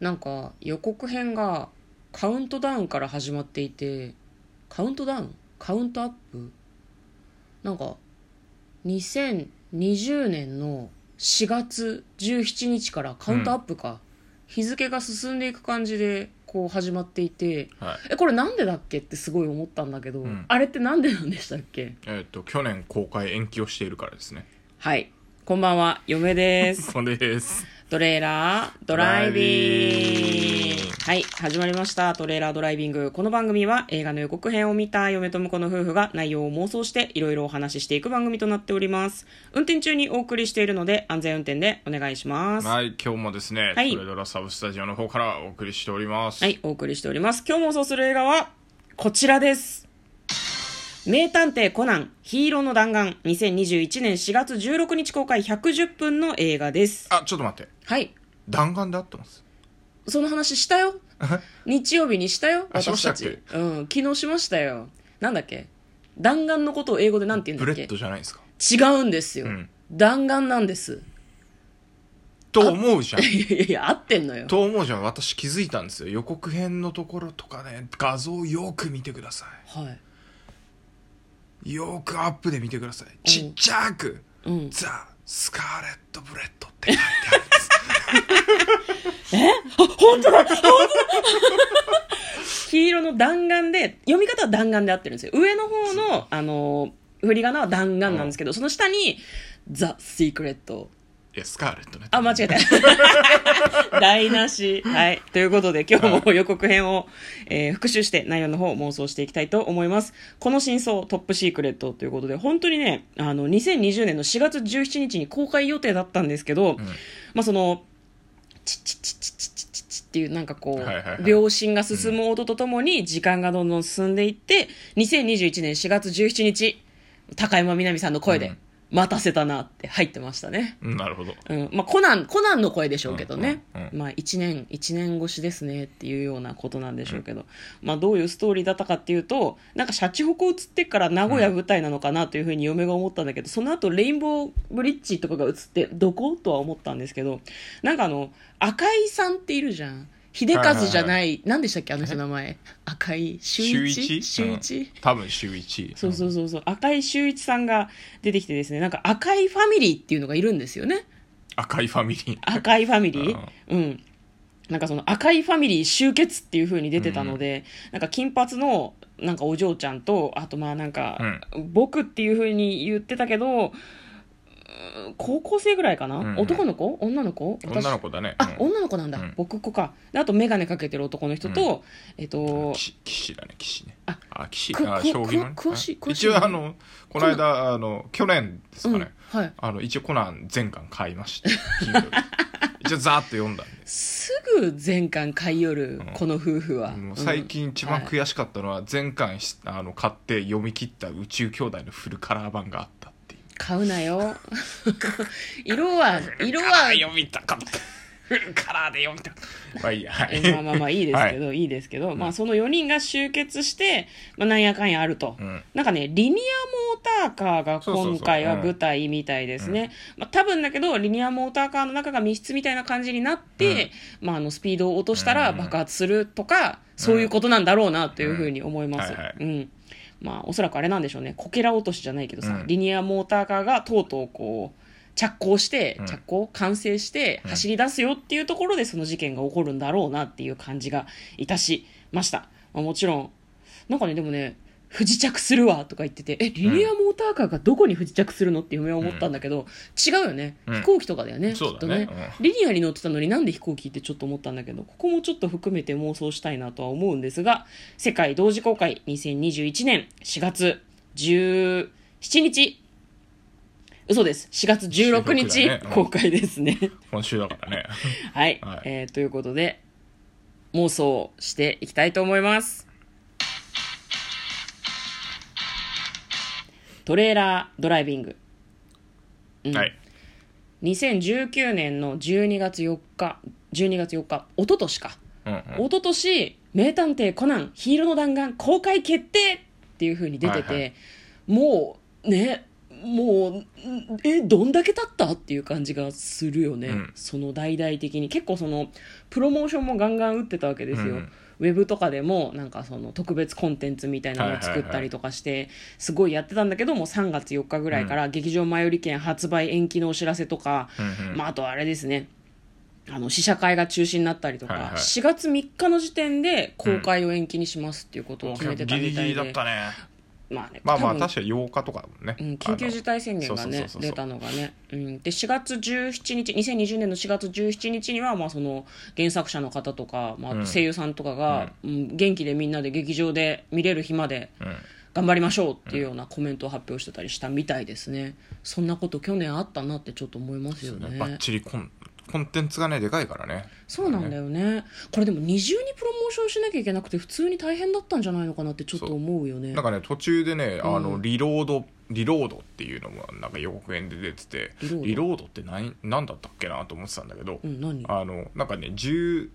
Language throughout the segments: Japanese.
なんか予告編がカウントダウンから始まっていてカウントダウンカウントアップなんか2020年の4月17日からカウントアップか、日付が進んでいく感じでこう始まっていてはいえこれなんでだっけってすごい思ったんだけど、うんあれってなんでなんでしたっけえーっと去年公開延期をしているからですねはいこんばんは嫁ですこれですトレーラードライビンドライビンググ。はい、始まりました。トレーラードライビング。この番組は映画の予告編を見た嫁と婿の夫婦が内容を妄想していろいろお話ししていく番組となっております。運転中にお送りしているので安全運転でお願いします。ははい今日もですね、はいトレドラサブスタジオの方からお送りしております、い、お送りしております。今日妄想する映画はこちらです。名探偵コナン、ヒーローの弾丸、2021年4月16日公開110分の映画です。あちょっと待ってはい、弾丸で合ってますその話したよ。日曜日にしたよ。あしま私したたっけち。うん、昨日しましたよ。なんだっけ弾丸のことを英語でなんて言うブんだレっけッドじゃないですか違うんですよ。うん弾丸なんです。と思うじゃんいやいやいや、合ってんのよ。と思うじゃん私気づいたんですよ予告編のところとかね画像をよく見てくださはい。いよくアップで見てくださいちっちゃく「うんザ・スカーレット・ブレッド」って書いてあるん ですあ、本当だ本当だ黄色の弾丸で、読み方は弾丸で合ってるんですよ。上の方の、あのー、振り仮名は弾丸なんですけど、その下に、ザ・シークレット。いやスカーレットねあ、間違えた。台無し。はい。ということで、今日も予告編を、えー復習して内容の方を妄想していきたいと思います。この真相、トップシークレットということで、本当にね、あの、2020年の4月17日に公開予定だったんですけど、まあその、チッチッチッチッチッチッチッチッっていうなんかこう、はいはいはい秒針が進む音とともに時間がどんどん進んでいって、2021年4月17日、高山みなみさんの声で、うん待たせたなって入ってましたね。うんなるほどうんまあ、コナンコナンの声でしょうけどね、うんうんうまあ、1年一年越しですねっていうようなことなんでしょうけど、まあ、どういうストーリーだったかっていうとなんかシャチホコ移ってから名古屋舞台なのかなというふうに嫁が思ったんだけど、その後レインボーブリッジとかが移ってどことは思ったんですけどなんかあの赤井さんっているじゃん秀和じゃない,、はなんでしたっけあの人の名前赤井週秀一一秀一、うん多分週一そうそうそうそう赤井秀一さんが出てきてですねなんか赤井ファミリーっていうのがいるんですよね赤いファミリー赤いファミリー、うん、なんかその赤いファミリー集結っていう風に出てたので、なんか金髪のなんかお嬢ちゃんとあとまあなんか、僕っていう風に言ってたけどうー高校生ぐらいかな、うんうん男の子女の子私女の子だねあ、うん女の子なんだ、うん僕っ子かであと眼鏡かけてる男の人と、えっと騎士騎士だね騎士ねああ騎士くあく将棋のねく詳しいあ詳しい一応あのこの間あの去年ですうかんねはい、あの一応コナン全巻買いました Kindle 一応ざーっと読んだ んですぐ全巻買い寄る、この夫婦は、もう最近一番うん悔しかったのは前回しあの買って読み切った宇宙兄弟のフルカラー版があったっていう買うな よ色は色フルカはラー読みたかったフルカラーで読みたかったまあいいやはいまあまあまあいいですけど、い、いですけど、まあその4人が集結して、まあ、なんやかんやあると、 うんなんかねリニアモーターカーがそうそうそう今回は舞台みたいですねまあ多分だけどリニアモーターカーの中が密室みたいな感じになって、まあ、あのスピードを落としたら爆発するとか、そういうことなんだろうなというふうに思います、ううんんはいはいまあおそらくあれなんでしょうねこけら落としじゃないけどさ、うんリニアモーターカーがとうとうこう着工してうん着工完成してうん走り出すよっていうところでその事件が起こるんだろうなっていう感じがいたしました、まあ、もちろんなんかねでもね不時着するわとか言っててえリニアモーターカーがどこに不時着するのって嫁は思ったんだけど、違うよね、うん飛行機とかだよねきそうっだとねねリニアに乗ってたのになんで飛行機ってちょっと思ったんだけどここもちょっと含めて妄想したいなとは思うんですが世界同時公開2021年4月17日嘘です4月16 16日だねうん公開ですね今週だからねはい、はいえーということで妄想していきたいと思いますトレーラードライビングうんはい2019年の12月4日12月4日一昨年かうんうん一昨年名探偵コナンヒーローの弾丸公開決定っていう風に出てて、はいはもうねもう、んえ、どんだけ経ったっていう感じがするよね。うんその大々的に。結構その、プロモーションもガンガン打ってたわけですよ。うんウェブとかでも、なんかその、特別コンテンツみたいなのを作ったりとかして、すごいやってたんだけども、3月4日ぐらいから、劇場前売り券発売延期のお知らせとか、うんうんまあ、あとはあれですね。あの試写会が中止になったりとか、はいはい4月3日の時点で公開を延期にしますっていうことを決めてたギリみギたいリで、だったねまあね、まあまあ多分確か8日とかだもんね、うん、緊急事態宣言があねのそうそうそうそう出たのがね、うん、で4月17日2020年の4月17日にはまあその原作者の方とか、まうあ、ん声優さんとかが、うん元気でみんなで劇場で見れる日まであのうん頑張りましょうっていうようなコメントを発表してたりしたみたいですねそんなこと去年あったなってちょっと思いますよねバッチリコンコンテンツがねでかいからねそうなんだよねこれでも二重にプロモーションしなきゃいけなくて普通に大変だったんじゃないのかなってちょっと思うよねなんかね途中でねあうのんリロード、リロードっていうのもなんか予告編で出ててリロードリロードって何何だったっけなと思ってたんだけど、うん何あのなんかね10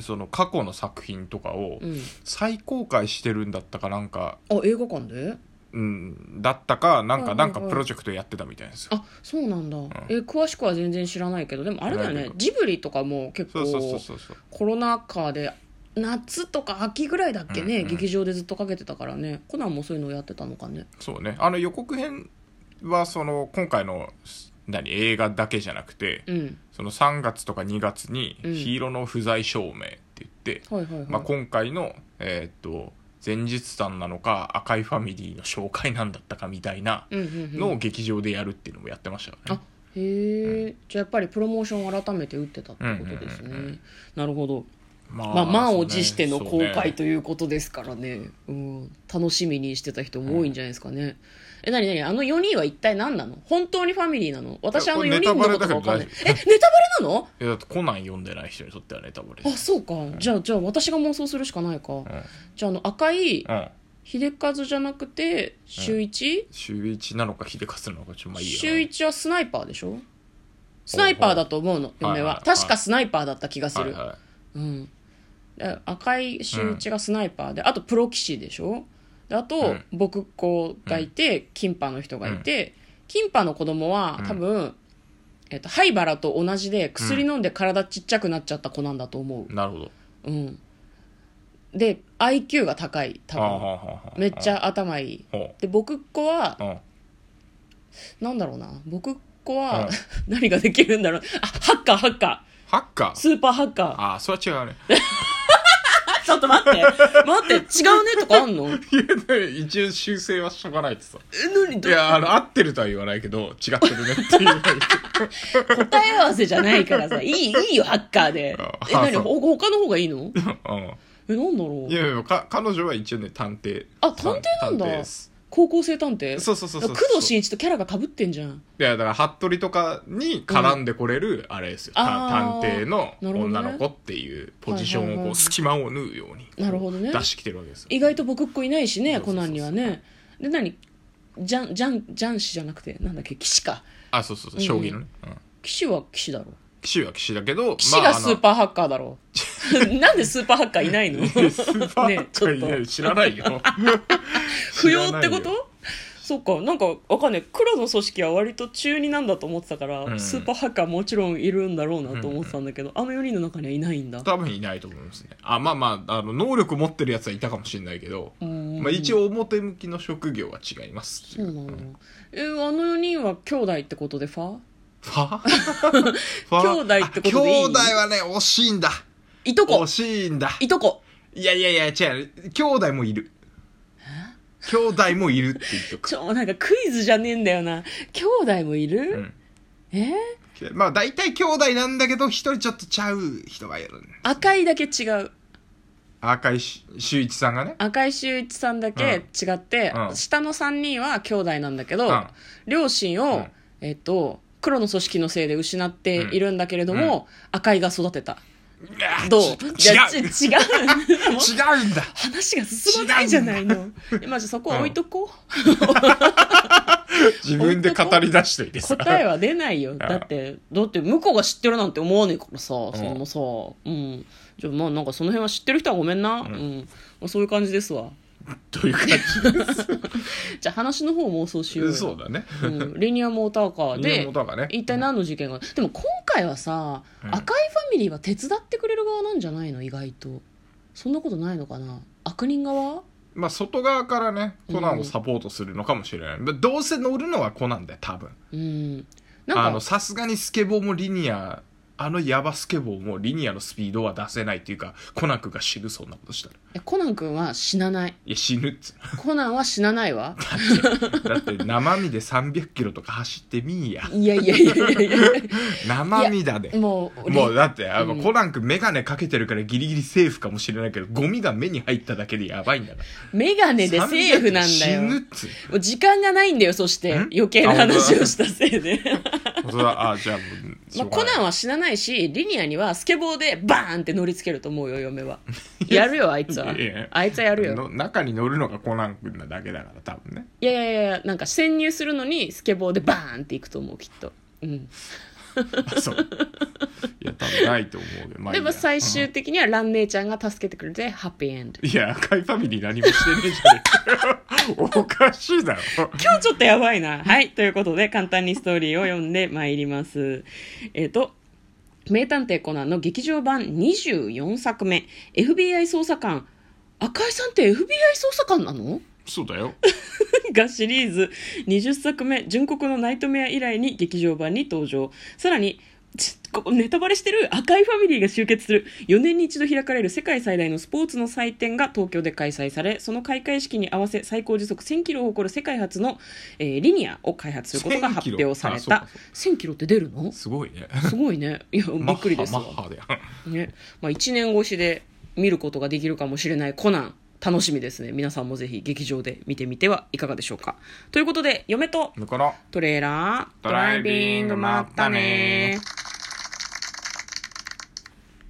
その過去の作品とかをうん再公開してるんだったかなんか、あ映画館でうん、だったかなんうんうんうかんなんかプロジェクトやってたみたいですよ。あそうなんだ、え詳しくは全然知らないけどでもあれだよ知らねないけどジブリとかも結そうそうそう構そうそうコロナ禍で夏とか秋ぐらいだっけね、うんうん劇場でずっとかけてたからねコナンもそういうのをやってたのかねそうねあの予告編はその今回の何映画だけじゃなくて、うんその3月とか2月にうんヒーローの不在証明って言って、はいはいはい、まあ、今回の、えーっと前日譚なのか赤いファミリーの紹介なんだったかみたいなうんうんうんのを劇場でやるっていうのもやってましたからあね、へえ、じゃあやっぱりプロモーション改めて打ってたってことですね、うんうんうんうなるほどままあ満を持してのそう公ね開ということですからねうん、楽しみにしてた人も多いんじゃないですかね、えなになにあの4人は一体何なの本当にファミリーなの私あのこれ4人のことネタバレだがけど分かんない大えネタバレなのいやだってコナン読んでない人にとってはネタバレであすそうかじゃあじゃあ私が妄想するしかないか、んじゃああの赤いうん秀和じゃなくて秀一、週一なのか秀勝なのかちょっとまあいいや秀一はスナイパーでしょスナイパーだと思うの嫁は、はいはい確かスナイパーだった気がする、はいはうん、で赤い周一がスナイパーで、あとプロ棋士でしょであうとん僕っ子がいて、キンパの人がいて、キンパの子供はうん多分、えっと灰原と同じで薬飲んで体ちっちゃくなっちゃった子なんだと思いなるほどう、うん、で IQ が高い多はあは分あはあはあめっちゃ頭いいほで僕っ子はううんなんだろうな僕っ子は、うん 何ができるんだろうあハッカーハッカハッカーースーパーハッカーああそれは違うね ちょっと待って待って違うねとかあんのえいや一応修正はしとかないとさ何いどやあの合ってるとは言わないけど違ってるねっていう答え合わせじゃないから さいいいいよハッカーであえ何そうほ他の方がいいの うんえなんだろいうやいやか彼女は一応ね探偵あ探偵なんだ探偵です高校生探偵そうそうそうそう工藤新一とキャラが被ってんじゃんいやだから服部とかに絡んでこれる、あれですよあーた探偵のなるほどね女の子っていうポジショはいはいンをはいこう隙間を縫うようになるほどね出してきてるわけですよ意外と僕っ子いないしねそうそコうそうナそうンにはねで何ジャンジャンジャン氏じゃなくてなんだっけ騎士かあそうそうそう将棋のね、うん騎士は騎士だろ騎士は騎士だけど騎士がああのスーパーハッカーだ ろなんでスーパーハッカーいないのスーパーねちょっといや知らないよ 不要ってこ知らないとそっかなんかわかんない黒の組織は割と中二なんだと思ってたから、うんスーパーハッカーもちろんいるんだろうなと思ってたんだけど、あの4人の中にはいないんだ多分いないと思いますねあまあまああの能力持ってるやつはいたかもしれないけど、うんまあ、一応表向きの職業は違いますっそていううなんだ、えーあの4人は兄弟ってことでファ ファファ兄弟ってことでいいあ兄弟はね惜しいんだいとこ惜しいんだいとこいやいやいや違う兄弟もいる兄弟もいるって言っとくちょなんかクイズじゃねえんだよな兄弟もいる、えーまあ大体兄弟なんだけど一人ちょっとちゃう人がいるね赤いだけ違う赤井し秀一さんがね赤井秀一さんだけ違って、うん下の3人は兄弟なんだけど、うん両親を、うんえっと黒の組織のせいで失っているんだけれども、赤井が育てたどう違ういやち違う違う もう違うんだ話が進まないじゃないのまあじゃあそこは置いとこう、自分で語り出しといて さ答えは出ないよだってだって向こうが知ってるなんて思わねえからさそのさうんじゃあまあなんかその辺は知ってる人はごめんなうん、まあ、そういう感じですわという感じゃあ話の方を妄想しじようよ そうだねうんリニアモーターカー リニア でモーターカーね一体何の事件がでも今回はさ、うん赤いファミリーは手伝ってくれる側なんじゃないの意外とそんなことないのかな悪人側まあ外側からねコナンをサポートするのかもしれない、まあどうせ乗るのはコナンだよ多分うんあなんのかさすがにスケボーもリニアあのヤバスケボーもリニアのスピードは出せないっていうかコナン君が死ぬそんなことしたらえコナン君は死なないいや死ぬっつ コナンは死なないわだって生身で300キロとか走ってみーやいやいやいやいやい生身だで、やもうもうりだってあの、うんコナン君眼鏡かけてるからギリギリセーフかもしれないけどゴミが目に入っただけでやばいんだからメガネでセーフなんだよ300死ぬもっつうう時間がないんだよそしてん余計な話をしたせいでそれはあじゃあもう まあ、コナンは死なないしリニアにはスケボーでバーンって乗りつけると思うよ嫁 はやるよあいつはいやいやあいつはやるよの中に乗るのがコナン君なだけだから多分ねいやいやいやなんか潜入するのにスケボーでバーンっていくと思うきっと、うん、あそういや多分ないと思うけど、まあいでいや、も最う終的にはラン姉ちゃんが助けてくれてハッピーエンドんいや赤いファミリー何もしてねえじゃねえかおかしいだろ今日ちょっとやばいなはいということで簡単にストーリーを読んでまいりますえっ、と名探偵コナンの劇場版24作目 FBI 捜査官赤井さんって FBI 捜査官なのそうだよがシリーズ20作目「純国のナイトメア」以来に劇場版に登場さらにちここネタバレしてる赤いファミリーが集結する4年に一度開かれる世界最大のスポーツの祭典が東京で開催されその開会式に合わせ最高時速1000キロを誇る世界初の、えーリニアを開発することが発表され1000キロあた1000キロって出るのすごいねすごいねいやびっくりですマわッハマッハだよねまあ、1年越しで見ることができるかもしれないコナン楽しみですね皆さんもぜひ劇場で見てみてはいかがでしょうかということで嫁とだからトレーラードドライビングまったねー